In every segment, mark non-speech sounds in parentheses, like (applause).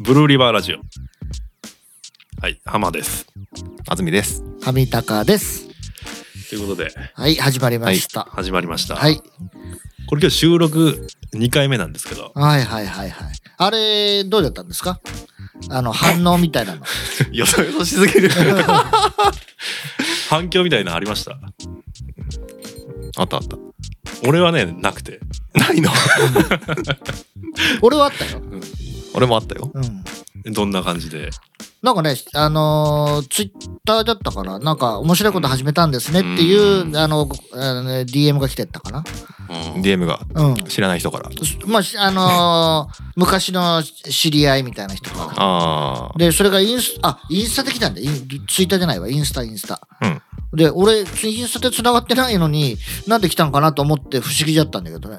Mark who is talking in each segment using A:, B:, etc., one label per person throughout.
A: ブルーリバーラジオはい浜です
B: 安住です。
C: 上高です。
A: ということで
C: はい、始まりました。
A: 始まりました、
C: はい、
A: これ今日収録2回目なんですけど
C: はい、はい、はい、はい。あれ、どうだったんですかあの、反応みたい (laughs) なの。
B: よそよそしすぎる。
A: (laughs) 反響みたいなのありました
B: あったあった。
A: 俺はねなくて
B: ないの (laughs)
C: 俺はあったよ。
B: 俺もあったよ。
C: うん。
A: どんな感じで
C: なんかね、あのツイッター Twitter だったから、なんか面白いこと始めたんですねっていう、
B: うん
C: あの、あのね DM が来てったかな。
B: DM が
C: うん。
B: 知らない人から。
C: まあ、しあのー (laughs) 昔の知り合いみたいな人が。
B: あ
C: で、それがインス、あ、インスタで来たんだ。インツイッターじゃないわ。インスタ、インスタ。
B: あ。うん。
C: で、俺、ツインスタで繋がってないのに、なんで来たんかなと思って不思議だったんだけどね。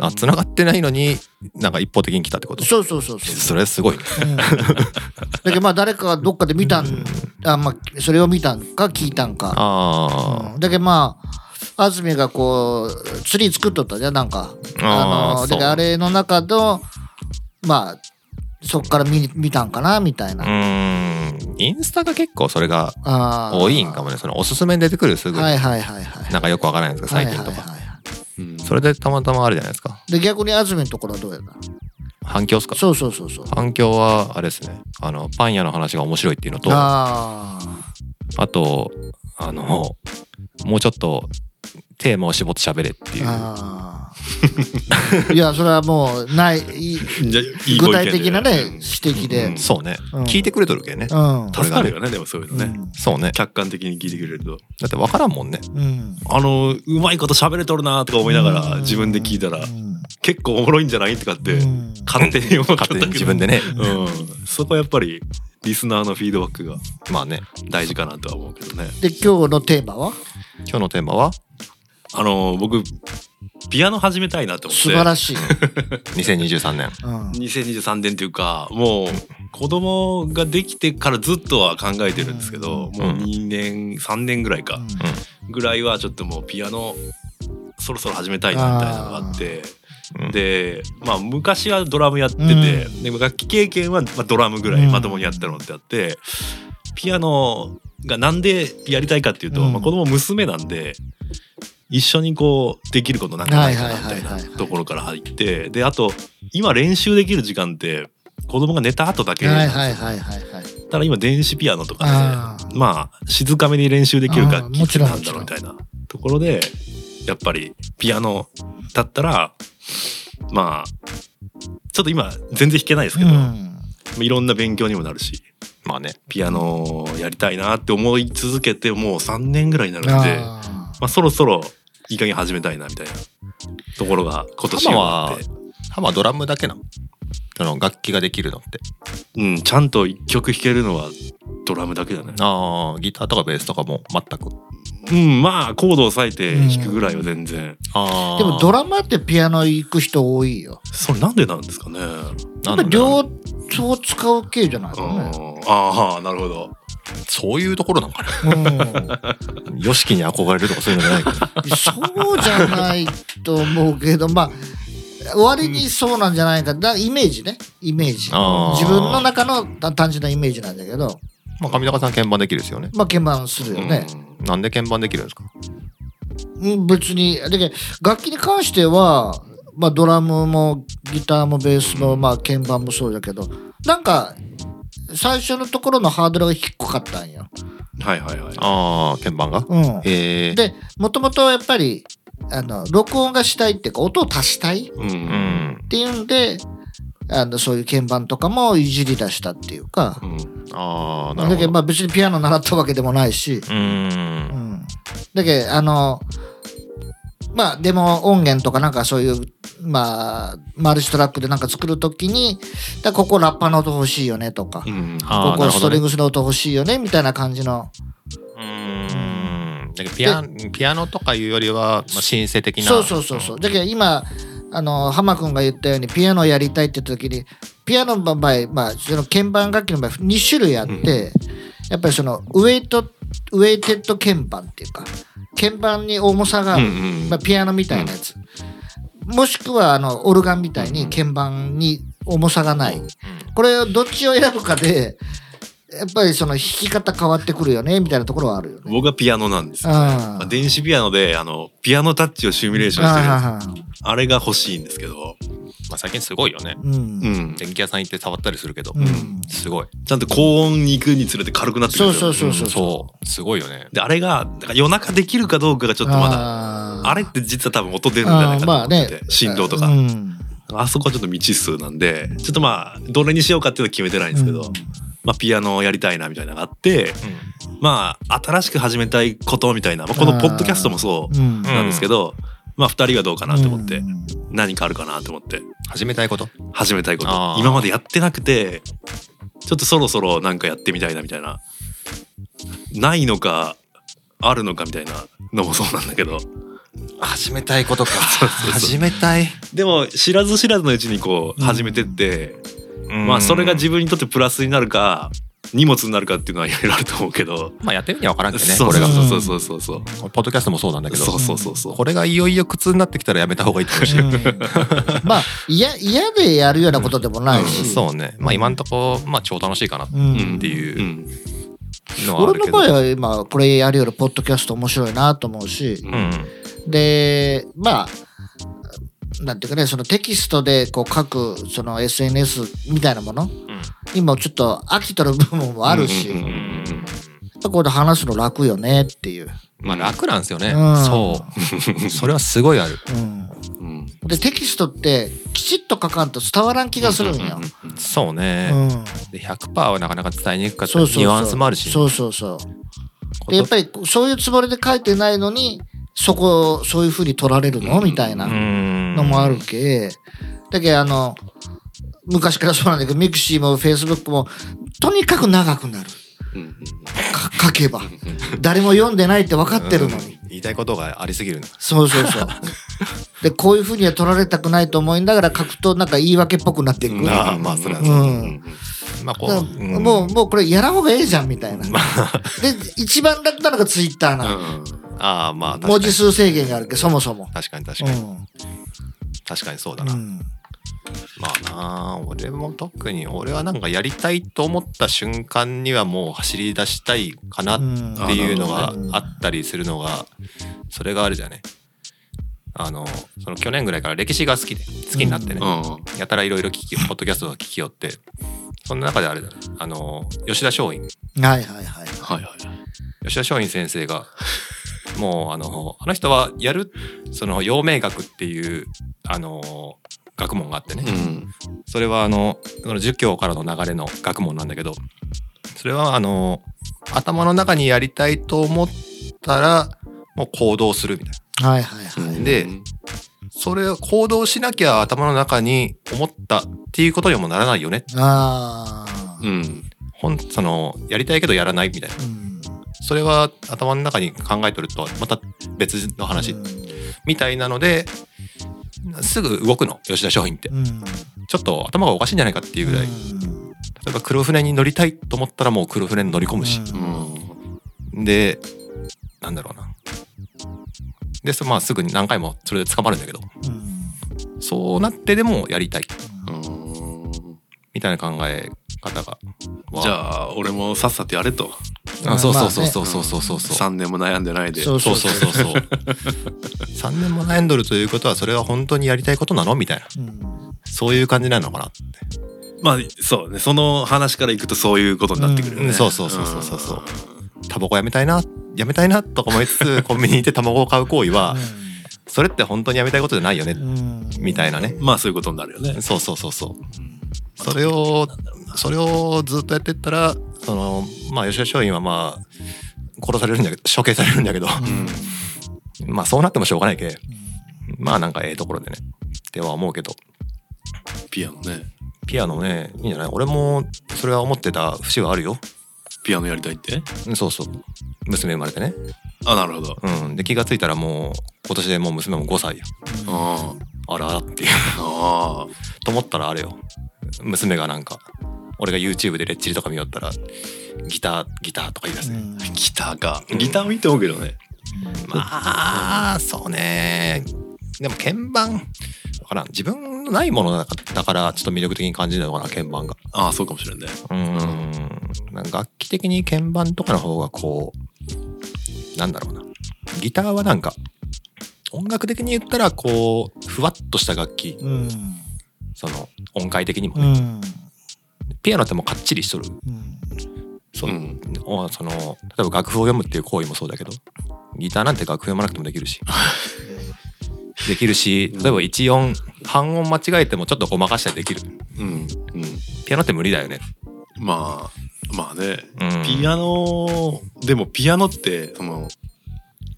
B: あ、繋がってないのに、なんか一方的に来たってこと
C: そうそうそうそう。
B: それすごいね。
C: うん、だけどまあ誰かがどっかで見たん、あまあ、それを見たんか聞いたんか。
B: あ
C: うんだけどまあ安住がこうツリー作っとったじゃんなんか。
B: あー
C: のだけど
B: そう
C: あれの中のまあそっから見見たんかなみたい
B: あ。
C: な。
B: うーん。インスタが結構それが
C: あー
B: 多いんかもね。そのおすすめに出てくるすぐ、
C: はいはいはいはい。
B: なんかよくわからないんですけど、最近と
C: は
B: か。
C: いはいはい
B: それでたまたまあるじゃないですか。
C: で逆に安住のところはどうやった
B: 反響っすか
C: そうそうそうそう。
B: 反響は、あれですね。あの、パン屋の話が面白いっていうのと、
C: ああ。
B: あと、あの、もうちょっとテーマを絞って喋れっていう。
C: ああいやそれはもうないい
A: じゃあいいご
C: 具
A: 意見で
C: 体的なね指摘
A: う
C: で
A: ん
B: そうね、
C: うん
B: 聞いてくれとるけんね。
C: うん
A: 助かるよねでもそういうのね、
B: そうね。
A: 客観的に聞いてくれると
B: だって分からんもんね。
C: うん
A: あのうまいこと喋れとるなとか思いながら自分で聞いたら結構おもろいんじゃないとかって
C: うん
A: 勝手に思った
B: 勝手に自
A: で
B: 分でね。
A: うん、そこはやっぱりリスナーのフィードバックが
B: まあね。
A: 大事かなとは思うけどね。
C: で今日のテーマは
B: 今日のテーマは
A: あの僕ピアノ始めたいなと思って
C: 素晴らしい、
B: 2023年。
C: うん
A: 2023年というかもう子供ができてからずっとは考えてるんですけど、
B: ん
A: もう2年3年ぐらいか、
C: う
A: ぐらいはちょっともうピアノそろそろ始めたいなみたいなのがあって。
B: うん、
A: でまあ昔はドラムやってて、
C: うん
A: で楽器経験は、まあ、ドラムぐらい
C: うん
A: まともにやったのってあって、ピアノがなんでやりたいかっていうと、
C: うん
A: まあ、子供娘なんで一緒にこうできることなんかないかなみたい
C: はいはいはいはい
A: な
C: はい
A: ところから入ってであと今練習できる時間って子供が寝た後だけ
C: ん、はい
A: だ
C: はいはいはいはい
A: から今電子ピアノとかで、
C: あー
A: まあ静かめに練習できる楽
C: あーも
A: 器
C: ちろん
A: なんだろう
C: も
A: み
C: ち
A: たいなところでやっぱりピアノだったらまあちょっと今全然弾けないですけど、
C: うん
A: いろんな勉強にもなるし
B: まあね。
A: ピアノをやりたいなって思い続けてもう3年ぐらいになるんで
C: あ
A: まあ、そろそろいい加減始めたいなみたいなところが今年
B: ハマ
A: はあ
B: は
A: って、、
B: ハマはドラムだけなの。その楽器ができるのって。
A: うん、ちゃんと1曲弾けるのはドラムだけだね。
B: ああ、ギターとかベースとかも全く。
A: うんまあコードを抑えて弾くぐらいは全然。
B: あ
C: ー
B: あ。
C: でもドラマってピアノ行く人多いよ
A: それなんでなんですかね。
C: や
B: な
C: っ
B: ん
C: ぱ
B: だ
C: り
B: ろう
C: 両方使う系じゃないかね
A: ああなるほど。
B: そういうところなんかな。
C: う
B: ヨシキに憧れるとかそういうのじゃないけど。
C: ん、そうじゃないと思うけどまあ割にそうなんじゃないかだイメージねイメージ
B: あー
C: 自分の中のた単純なイメージなんだけど
B: (laughs) まあ、上高さん鍵盤できるですよね。
C: まあ鍵盤するよね、
B: なんで鍵盤できるんですか
C: うん、別にだけど楽器に関しては、まあ、ドラムもギターもベースも、まあ、鍵盤もそうだけどなんか最初のところのハードルが低かったんよ、
A: うんはいはいはい。
B: ああ、鍵盤が
C: うん、
B: へえ。
C: でもともとやっぱりあの録音がしたいっていうか音を足したい
A: うん
B: う
A: うん
B: ん。
C: っていうんであのそういう鍵盤とかもいじり出したっていうか
B: ああ、なる
C: だ
B: ほ
C: けど
B: ど。
C: まあ別にピアノ習ったわけでもないし、
B: うーん
C: う。ん、だけどあのまあでも音源とかなんかそういうまあマルチトラックでなんか作るときにだここラッパの音欲しいよねとか、
A: うん
B: あー
C: ここ
B: なるほ
C: ストリン
B: どね
C: グスの音欲しいよねみたいな感じの
B: うーん。だけどピアピアノとかいうよりは、まあ、シンセ的な。
C: そうそうそうそうだけど今あの浜君が言ったようにピアノをやりたいって言った時にピアノの場合、まあ、その鍵盤楽器の場合2種類あって、やっぱりそのウェイトウェイテッド鍵盤っていうか鍵盤に重さがあ
A: う
C: る、
A: んうん
C: まあ、ピアノみたいなやつ、もしくはあのオルガンみたいに鍵盤に重さがない。これをどっちを選ぶかで、やっぱりその弾き方変わってくるよね、みたいなところはあるよね。
A: 僕はピアノなんです
C: うん。
A: よ。
C: あ
A: まあ電子ピアノで、あの、ピアノタッチをシミュレーションしてるやつ。
C: あ
A: あれが欲しいんですけど、
B: まあ、最近すごいよね。
C: うん。うん
A: うん。
B: 電気屋さん行って触ったりするけど、
C: うん
B: すごい。
A: ちゃんと高音に行くにつれて軽くなってくるんですよ
C: そうそうそう
B: そうすごいよね。
A: で、あれが、だから夜中できるかどうかがちょっとまだ、
C: あー
A: あれって実は多分音出るんじゃないかなと思ってて、振動とか。
C: うん
A: あそこはちょっと未知数なんで、ちょっとまあ、どれにしようかっていうのは決めてないんですけど、
C: うん
A: まあ、ピアノをやりたいなみたいなのがあって、
B: うん
A: まあ、新しく始めたいことみたいな、まあ、このポッドキャストもそううんなんですけど、まあ、2人はどうかなと思って、
C: うん (laughs)
A: 何かあるかなと思って、
B: 始めたいこと。
A: 始めたいこと
B: あ、ー
A: 今までやってなくて、ちょっとそろそろなんかやってみたいなみたいな、ないのか、あるのかみたいなのもそうなんだけど、
B: 始めたい (laughs) ことか。
A: そうそう
B: 始めたい。
A: でも、知らず知らずのうちにこう、
C: うん
A: 始めてって、まあそれが自分にとってプラスになるか荷物になるかっていうのはいろいろあると思うけど、
B: まあやってみには分からんけどね。
A: そう
B: これ
A: そ
B: が
A: う
C: これ
A: そ
C: が
A: うそうそうそう
B: ポッドキャストもそうなんだけど
A: そうそうそうそう
B: これがいよいよ苦痛になってきたらやめた方がいいと思うし、
C: うんまあ嫌嫌でやるようなことでもないし、
B: そうねまあ今んとこまあ超楽しいかなって
C: うん
A: うん
B: っていう
A: うん
B: のはあ
C: 俺
B: るけど
C: の場合は今これやるよりポッドキャスト面白いなと思うし、
A: う
B: うん
C: でまあなんていうかねそのテキストでこう書くその SNS みたいなもの今ちょっと飽きとる部分もあるし、
A: うんうんうん
B: うん
C: やっぱこれで話すの楽よねっていう、
B: まあ楽なんですよね、
C: うん
B: そう (laughs) それはすごいある
C: うん、
A: うん
C: でテキストってきちっと書かんと伝わらん気がするんよ、
B: そうね、
C: うん
B: で100%はなかなか伝えにくかった
C: そ
B: り
C: うそうそう
B: ニュアンスもあるし
C: そうそうそう
B: こ
C: で
B: と
C: やっぱりこうそういうつもりで書いてないのにそこをそういうふうに取られるのみたいな
B: うん
C: のもあるけ、だけどあの昔からそうなんだけどミクシーもフェイスブックもとにかく長くなる
A: うん
C: か書けば誰も読んでないって分かってるのに、
B: うん言いたいことがありすぎるな
C: そうそう
B: (laughs)
C: そうでこういうふうには取られたくないと思いながら書くとなんか言い訳っぽくなっていく
B: なあ (laughs) まあそれはそうまあこ
C: だから
B: う、うん
C: もうもうこれやらん方がええじゃんみたいな、で一番楽なのがツイッターなの、
B: ああまあ確かに
C: 文字数制限があるけどそもそも
B: 確かに確かに、
C: うん
B: 確かにそうだな、
C: うん
B: まあなあ俺も特に俺はなんかやりたいと思った瞬間にはもう走り出したいかなっていうのが
C: うん
B: あったりするのがそれがあるじゃねあのその去年ぐらいから歴史が好きで好きになってね、
A: うんうん
B: やたらいろいろ聞きポッドキャストが聞きよってそんな中であれだねあの吉田松陰
C: はいはいはい
A: はいはい
B: 吉田松陰先生が (laughs) もうあのあの人はやるその陽明学っていうあの学問があってね、
A: うん
B: それはあのその儒教からの流れの学問なんだけどそれはあの頭の中にやりたいと思ったらもう行動するみたい
C: はいはいは
A: うん
B: で
A: うん
B: なそれを行動しなきゃ頭の中に思ったっていうことにもならないよね
C: いああ
A: うん
B: ほんそのやりたいけどやらないみたいな
C: うん
B: それは頭の中に考えとるとはまた別の話みたいなのですぐ動くの吉田松陰って
C: うん
B: ちょっと頭がおかしいんじゃないかっていうぐらい例
C: うん
B: えば黒船に乗りたいと思ったらもう黒船に乗り込むし
A: うん
B: で、なんだろうな。で、そまあ、すぐに何回もそれで捕まるんだけど、
C: うん
B: そうなってでもやりたい、
A: うん
B: みたいな考え方が。
A: じゃあ俺もさっさとやれと
B: あ
C: まあ
B: そうそうそうそうそうそうそうそう。
A: 3年も悩んでないで
C: そう
B: そうそうそうそう。3年も悩んどるということは、それは本当にやりたいことなのみたいな。
C: うん
B: そういう感じなのかなって。
A: まあそうねその話からいくとそういうことになってくるよ
B: う
A: ね
B: んそうそうそうそうそうそうタバコやめたいな、やめたいなとか思いつつ、コンビニに行って卵を買う行為は、それって本当にやめたいことじゃないよね
C: う、ん
B: みたいなね。
A: まあそういうことになるよね
B: そうそうそうそう。
A: うん
B: それをそれをずっとやってったらそのまあ吉田松陰はまあ殺されるんだけど処刑されるんだけど、
C: うん
B: まあそうなってもしょうがないけまあなんかええところでねっては思うけど
A: ピアノね
B: ピアノねいいんじゃない俺もそれは思ってた節はあるよ
A: ピアノやりたいって
B: うんそうそう娘生まれてね
A: あなるほど
B: うんで気がついたらもう今年でもう娘も5歳よ
A: あー
B: あらあらっていう
A: あ
B: と思ったらあれよ娘がなんか俺が YouTube でレッチリとか見よったらギターギターとか言い出す、ね
C: うん
A: ーギターかギター見てもけどね
B: まあそうねでも鍵盤わからん自分のないものだからちょっと魅力的に感じるのかな鍵盤が。
A: ああそうかもしれんね
B: うんなんか楽器的に鍵盤とかの方がこうなんだろうなギターはなんか音楽的に言ったらこうふわっとした楽器
C: うん
B: その音階的にも
C: う
B: ね、
C: ん
B: ピアノってもうかっちりしとる
C: うん
B: そ,、
A: うん
B: おその例えば楽譜を読むっていう行為もそうだけどギターなんて楽譜読まなくてもできるしできるし例えば1音半音間違えてもちょっとごまかしたりできる
A: うんうん
B: ピアノって無理だよね、
A: まあまあね
B: うん
A: ピアノでもピアノってその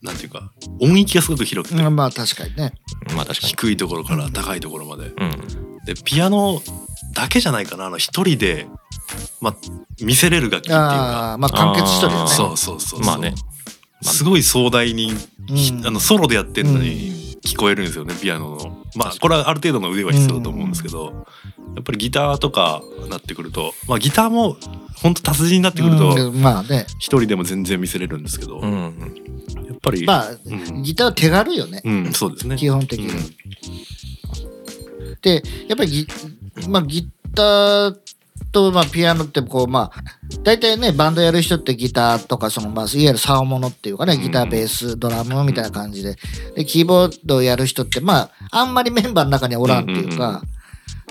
A: なんていうか音域がすごく広くて、
C: うんまあ確かにね
B: まあ確かに
A: 低いところから高いところまで
B: うん
A: でピアノだけじゃないかなあの一人で、まあ、見せれる楽器っていうか
C: ああまあ完結しとるよ
B: あ
C: ね
A: そうそうそうそう
B: まあね
A: すごい壮大に、ひ
C: うん
A: あのソロでやってるのに
C: うん
A: 聞こえるんですよね、ピアノのまあこれはある程度の腕は必要だと思うんですけど、やっぱりギターとかなってくるとまあギターも本当達人になってくると
C: うんまあね
A: 一人でも全然見せれるんですけど、
B: う
A: や
B: ん
A: っぱり、
C: まあ
A: うん
C: ギターは手軽よね
A: うん、そうですね。
C: 基本的
A: うん
C: にでやっぱりギ,、まあ、ギターとまあピアノってこうまあ大体ねバンドやる人ってギターとかそのまあいわゆる竿物っていうかねギターベースドラムみたいな感じででキーボードやる人ってまああんまりメンバーの中にはおらんっていう
A: うんうん
C: か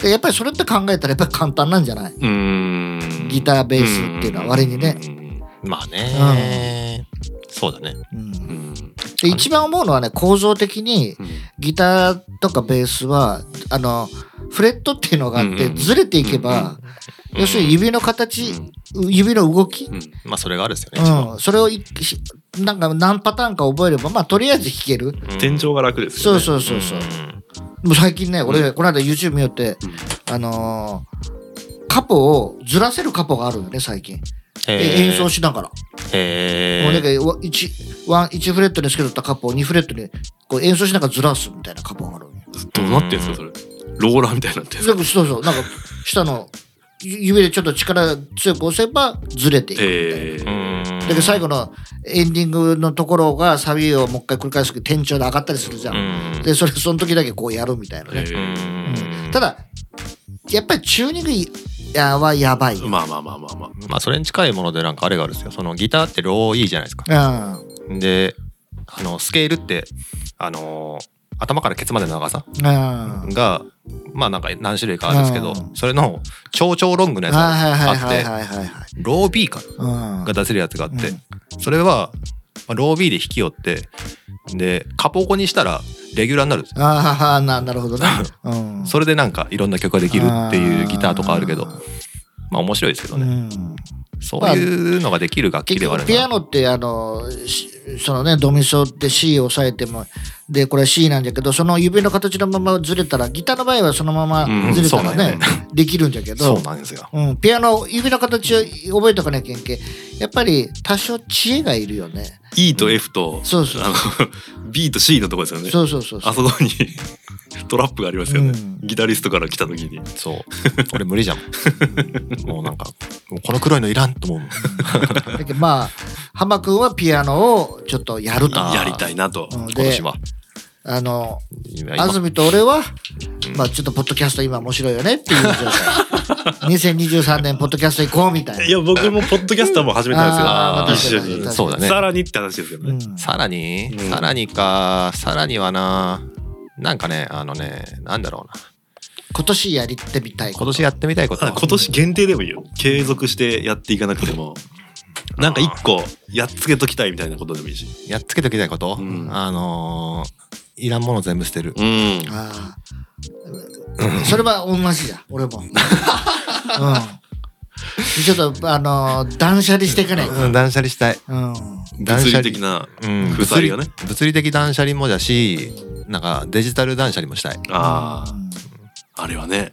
C: でやっぱりそれって考えたらやっぱり簡単なんじゃないう
A: ーん
C: ギターベースっていうのは割にね。
B: まあね、そうだね
C: うん
A: うんうん
C: で一番思うのはね構造的に
A: うん
C: ギターとかベースはあのフレットっていうのがあっ
A: う
C: て
A: んうん
C: ずれていけば要するに指の形指の動き
A: うん
B: まあそれがあるですよね、
C: うん、それをいひなんか何パターンか覚えればまあとりあえず弾ける、
B: うん
A: 天井が楽ですよ
C: そう
A: ね。
C: そうそうそう、もう最近ね俺、この間 YouTube 見よってあのーカポをずらせるカポがあるのね最近、で演奏しながら、
B: へ
C: もうなん
B: え
C: かわ一ワン一フレットにつけとったカポを2フレットにこう演奏しながらずらすみたいなカポがあるのよ
A: どうなってんすかそれ。ローラーみたいになってんす
C: そ
A: か
C: うそうそうなんか下のゆ指でちょっと力強く押せばずれていくみたいな。
A: えー
C: だけど最後のエンディングのところがサビをもう一回繰り返すけど転調で上がったりするじゃん、
B: うん
C: でそれその時だけこうやるみたいな
A: え
C: ね、
A: ー
C: ただやっぱりチューニングいやはやばいよ、
A: まあまあまあまあまあ。
B: まあそれに近いものでなんかあれがあるんですよそのギターってロー E じゃないですか
C: うん
B: であのスケールってあのー頭からケツまでの長さ
C: うん、あ
B: がまあなんか何種類かあるんですけど
C: うん
B: それの超超ロングのやつ
C: はい
B: が
C: は
B: あ
C: い
B: っ
C: は
B: て
C: いはいはいはい
B: ロー B か
C: うん
B: が出せるやつがあって
C: うん
B: それはまあロー B で弾き寄ってでカポコにしたらレギュラーになるんですよ
C: ああななるほどね、うん、
B: それでなんかいろんな曲ができるっていうギターとかあるけど
C: あ
B: まあ面白いですけど
C: ーう
B: ね
C: ん
B: そういうのができる楽器
C: 結
B: ではある
C: 局
B: んだ
C: ピアノってあのしそのねドミソって C を押さえてもでこれは C なんだけどその指の形のままずれたらギターの場合はそのままずれたらね,、
B: うんそうなん
C: できるんだけ
B: そ
C: ど
B: うなんですよ
C: うん、ピアノ指の形を覚えとかなきゃいけんけやっぱり多少知恵がいるよね
A: E と F と、
C: そうそう
A: あの B と C のとこですよね。
C: そうそうそうそ
A: あ
C: う
A: そこに (laughs) トラップがありますよね
C: うん。
A: ギタリストから来た時に。
B: そう (laughs) 俺無理
C: (laughs)
B: じゃんもうなんかもうこの黒いのいらんと思うもん
C: だけどまあ浜君はピアノをちょっとやると
B: あー
A: やりたいなと。
C: うん
B: 今
C: で
B: 年は
C: あの
B: 今
C: 安住と俺は、まあちょっとポッドキャスト今面白いよねっていう状態2023年ポッドキャスト行こうみたいない
A: や僕もポッドキャスターも始めたんですよ。一緒
B: ー
C: あ確か
A: に
C: に。
B: そうだね
A: さらにって話ですよ
C: う
A: ね
C: ん。
B: さらに、
A: うん
B: さらにかさらにはななんかねあのねなんだろうな
C: 今年やりてみたいこと
B: 今年やってみたいこと
A: あ今年限定でもいいよ継続してやっていかなくて
B: (laughs)
A: もなんか一個やっつけときたいみたいなことでもいいし
B: やっつけておきたいこと、
A: うん
B: あのーいらんもの全部捨てる、
A: うん
C: ああそれは同じだ俺もうんちょっとあの断捨離していかない、
B: うん、断捨離したい
C: うん
B: 断
A: 物
B: 捨
A: 理
B: 離
A: 的な
B: うん、
A: 負
B: 物
A: 債
B: 理
A: よね
B: 物理的断捨離もだしなんかデジタル断捨離もしたい
A: あ
C: う
A: ー
C: ん
A: あれはね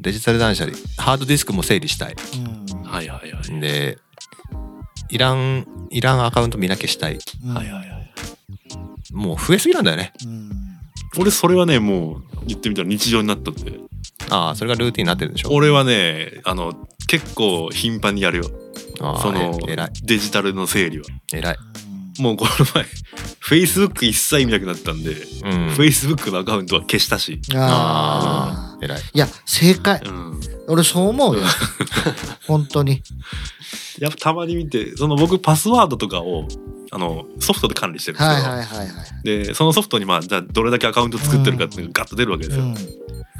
B: デジタル断捨離ハードディスクも整理したい
C: うん
A: はいはいはい、
B: でいらんいらんアカウント見なきゃしたい
C: うん
A: はいはいはい
B: もう増えすぎなんだよね
C: うん
A: 俺それはねもう言ってみたら日常になったんで
B: ああそれがルーティンになってるんでしょ
A: 俺はねあの結構頻繁にやるよ
B: ああ
A: その
B: え偉い
A: デジタルの整理は
B: 偉い
A: もうこの前 (laughs) Facebook 一切見なくなったんで、
B: うん。
A: Facebook のアカウントは消したし、
C: ああ。
B: 偉い。
C: いや、正解
A: う。ん、
C: 俺そう思うよ。 (laughs) 本
A: (laughs)
C: 当に。
A: やっぱたまに見てその僕パスワードとかをあのソフトで管理してるんですけ
C: はい
A: ど、
C: はいはいはい。
A: でそのソフトにまあじゃあどれだけアカウント作ってるかっていうのがガッと出るわけです
C: う
A: よ、
C: ん。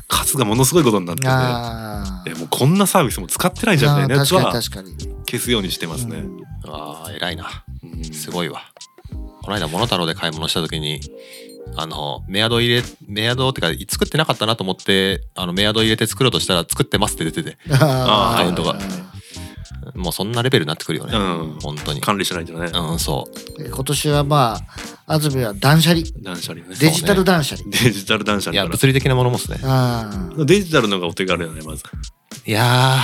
A: 数がものすごいことになってて、
C: ああ。
A: えもうこんなサービスも使ってないじゃんみたいなやつ
C: あ
A: は
C: ー確かに確かに。
A: 消すようにしてますね、
C: うん
B: ああ、偉いな。
A: うん
B: すごいわ。この間、モノタロウで買い物した時に、あの、メアド入れ、メアドってか、作ってなかったなと思って、あの、メアド入れて作ろうとしたら、作ってますって出てて、
C: あ
A: アカウ
B: ントがもうそんなレベルになってくるよね。
A: うん
B: 本当に。
A: 管理しないとね、
B: うん、そ
C: え今年はまあ、安住は断捨離。
A: 断捨離ね
C: デジタル断捨離。
A: デジタル断捨
B: う。いや、
A: 離か
B: 物理的なものもですね。
C: ああ。
A: らデジタルの方がお手軽だねまず
B: いや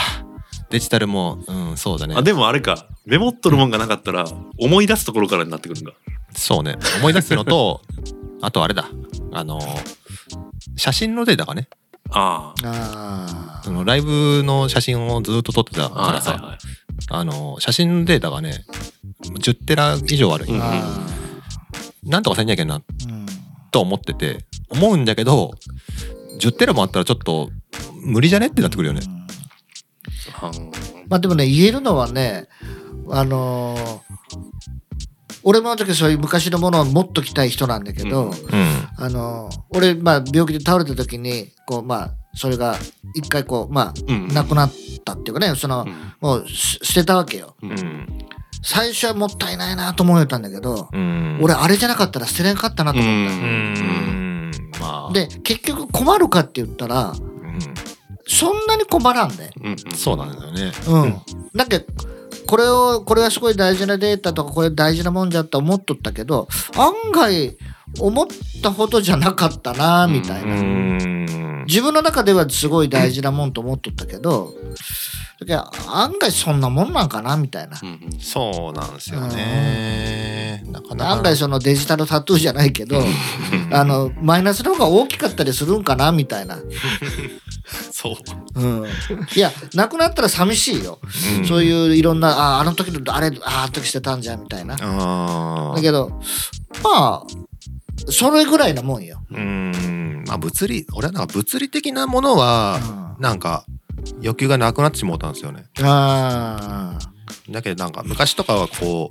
B: ー、デジタルも、うん、そうだね
A: あ。でもあれかメモっとるもんがなかったら思い出すところからになってくるんだ
B: そうね。思い出すのと、 (laughs) あとあれだ。あの、写真のデータがね、
A: あ
C: あ
B: そのライブの写真をずっと撮ってた
A: あ
B: から
A: はい
B: さ、
A: はいはい
B: あの、写真のデータがね、10テラ以上ある
A: う
C: あ。
A: ん
C: あ
B: なんとかせんやけんな
C: あ。うん。
B: と思ってて、思うんだけど、10テラもあったらちょっと無理じゃねってなってくるよね
C: う。ん
A: あの
C: まあでもね、言えるのはね、あのー俺もあの時そういう昔のものを持っときたい人なんだけど、
A: うん
B: うん。
C: あのー俺、まあ病気で倒れた時に、こう、まあ、それが一回こう、ま
A: うん
C: あ、なくなったっていうかね、その、もうす捨てたわけよ。
A: うん
B: うん。
C: 最初はもったいないなと思えたんだけど、
B: うん。
C: 俺あれじゃなかったら捨てれなかったなと思
B: う
C: っ
A: うん
B: ん。まあ。
C: た。で、結局困るかって言った
B: う
C: ら、
B: ん、
C: そんなに困らんで、ね。
A: うんうん
B: そうなんだよね。
C: うん、だけどこれをこれはすごい大事なデータとかこれ大事なもんじゃって思っとったけど案外思ったほどじゃなかったなみたいな、
B: ん。
C: 自分の中ではすごい大事なもんと思っとったけどだけど案外そんなもんなんかなみたいな、
A: うんうん
B: そうなんですよね。なかなか。
C: 案外そのデジタルタトゥーじゃないけど、
B: うん
C: あのマイナスの方が大きかったりするんかなみたいな、
A: そう
C: うん、いやなくなったら寂しいよ、
B: うん
C: そういういろんなああの時のあれああの時してたんじゃんみたいな
B: あ
C: だ
B: ー
C: けど、まあ、それぐらいなもんよ。
B: うんまあ物理俺はなんか物理的なものは
C: あ
B: なんか欲求がなくなってしまったんですよね
C: あ
B: だけどなんか昔とかはこう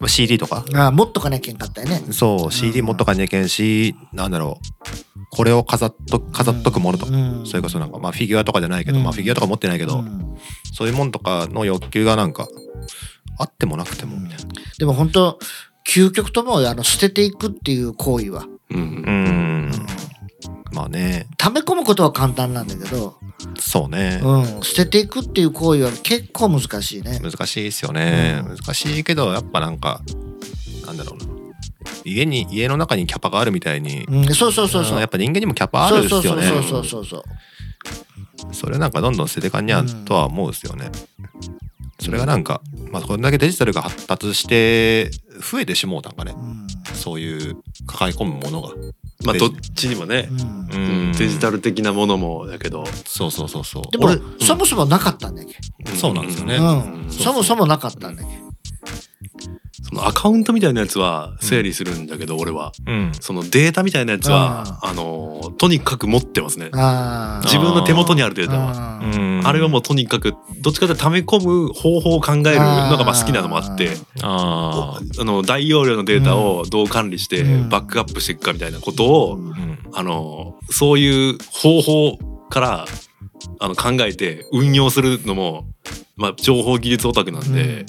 B: まあ CD とか
C: ー。ああ、もっとかね、けんかったよね。
B: そう CD 持っとかねえけんしなんだろうこれを飾っと飾っとくものとか
C: うん
B: それこそなんかまあフィギュアとかじゃないけど
C: うん
B: まあフィギュアとか持ってないけ
C: う
B: ど
C: ん
B: そういうもんとかの欲求がなんかあってもなくてもみたいな
C: でも本当、究極ともあの捨てていくっていう行為は、
A: うん
B: うん
C: うん
B: まあね
C: 溜め込むことは簡単なんだけど、
B: そうね
C: うん、捨てていくっていう行為は結構難しいね。
B: 難しいですよね、
C: う
B: 難
C: ん
B: しいけどやっぱなんかなんだろうな家に家の中にキャパがあるみたいに、
C: うん、そうそうそう
B: あ
C: そ
B: の
C: う。
B: やっぱ人間にもキャパあ
C: そ
B: る
C: う
B: で
C: んそう
B: す
C: そ
B: よ
C: う
B: ね
C: そうそうそうそう。
B: それなんかどんどん捨ててかんにゃ
C: うん
B: とは思うですよね、それがなんか、まあ、これだけデジタルが発達して増えてしもうたんかね
C: うん
B: そういう抱え込むものが
A: まあどっちにもね
C: うん
B: う
A: デジタル的なものもだけど
B: そうそうそうそう
C: でも
B: 俺、
C: そもそもなかったんだけ
B: そうなんですよね、
C: ど、
A: う
C: うんん、そもそもなかったんだけど、
A: そのアカウントみたいなやつは整理するんだけど俺は
B: うん
A: そのデータみたいなやつはあのーとにかく持ってますね
C: ああ
A: 自分の手元にあるデータは。
C: あー
B: うん
A: あれはもうとにかくどっちかというと溜め込む方法を考えるのがまあ好きなのもあって
B: あ
A: あの大容量のデータをどう管理して
C: うん
A: バックアップしていくかみたいなことを、
B: ーうん
A: あのそういう方法からあの考えて運用するのも、まあ、情報技術オタクなんで,、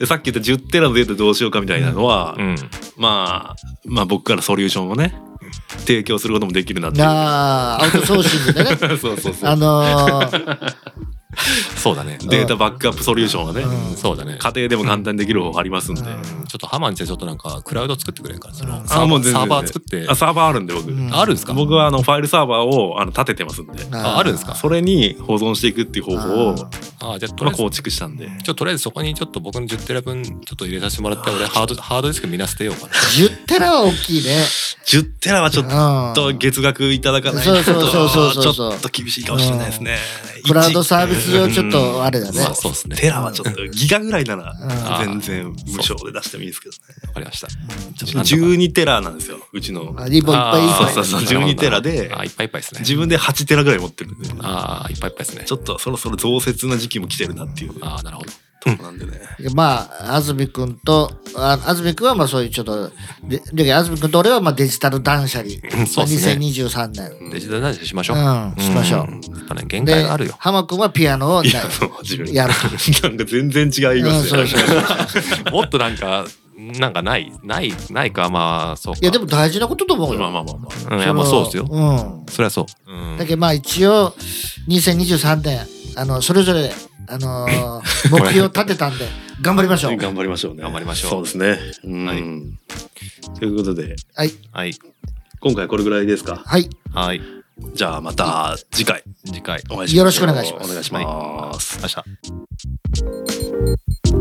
A: でさっき言った10テラのデータどうしようかみたいなのは、
B: うん
A: まあ、まあ僕からソリューションをね提供することもできるなっていう。
C: なあアウトソーシングでね
A: (laughs)
B: (laughs)
A: そうそうそう
C: あのー
B: そうだね
A: データバックアップソリューションはね、
C: うん
B: そうだね
A: 家庭でも簡単にできる方法ありますんで、
C: うん
B: ちょっとハマン先生ちょっとなんかクラウド作ってくれるからその
C: あ
B: サー
A: も
B: バ
A: う
B: ー
A: 全然
B: サーバー作って
A: あサーバーあるんで僕、
C: うん
B: あるんですか
A: 僕はあのファイルサーバーをあの立ててますんで
B: ああるんですか
A: それに保存していくっていう方法を
C: あ
B: あじゃあと
A: まあ
B: りあえず
A: 構築したんで
B: ちょっととりあえずそこにちょっと僕の10テラ分ちょっと入れさせてもらって俺ハードハードディスク見な捨てようかな
C: 10テラは大きいね
A: 10テラはちょっと
C: うん
A: 月額いただかないと、
C: そうそうそうそうそう
A: ちょっと厳しいかもしれないですね。
C: クラウドサービス上ちょっとあれだね
A: まあそうですね。テラはちょっとギガぐらいなら
B: う
A: 全
B: ん
A: 然無償で出してもいいですけどね。
B: わかりました。
A: 12テラなんですよ、うちの。
C: あリボンいっぱいいっ
A: あー
C: ぱい
A: そうそうそう12テラで
B: あー、いっぱいいっぱいですね。
A: 自分で8テラぐらい持ってるんで、
B: ああ、いっぱいいっぱいですね。
A: ちょっとそろそろ増設な時期も来てるなっていうとこ
B: ああ、なるほど。
A: なんでね。
C: まあ安住くんとあ安住くんはまあそういうちょっとでで安住くんと俺はまあデジタル断捨離、
B: んそうっすね
C: 2023年
A: うん
B: デジタル断捨離しましょう。
C: うんしましょう、
B: んやっぱね、限界
C: で
B: があるよ。
C: ハマくんはピアノを
A: いや、もう自分
C: やる
A: (laughs) なんか全然違いますね。
C: うんそうそ
B: (laughs)
C: う
B: もっとなんか、なんかない、ない、ないか、まあ、そうか。
C: いやでも大事なことと思うよ、
A: まあまあまあまあ。
B: うん、い
C: そ
B: や
C: の
B: まあそうですよ。
C: うん
B: そりゃそう。
A: うん
C: だけどまあ一応2023年あのそれぞれあのー目標立てたんで頑張りましょ
A: (laughs)
C: う。
A: 頑張りましょうね。
B: 頑張りましょう
A: そうですね。うん
B: はい
A: ということで、
C: はい
B: はい。
A: 今回これぐらいですか。
C: はい
B: はい。
A: じゃあまた次回
B: 次回。
A: お会いしましょう
C: よろしくお願いします
A: お願いします。
B: 明日。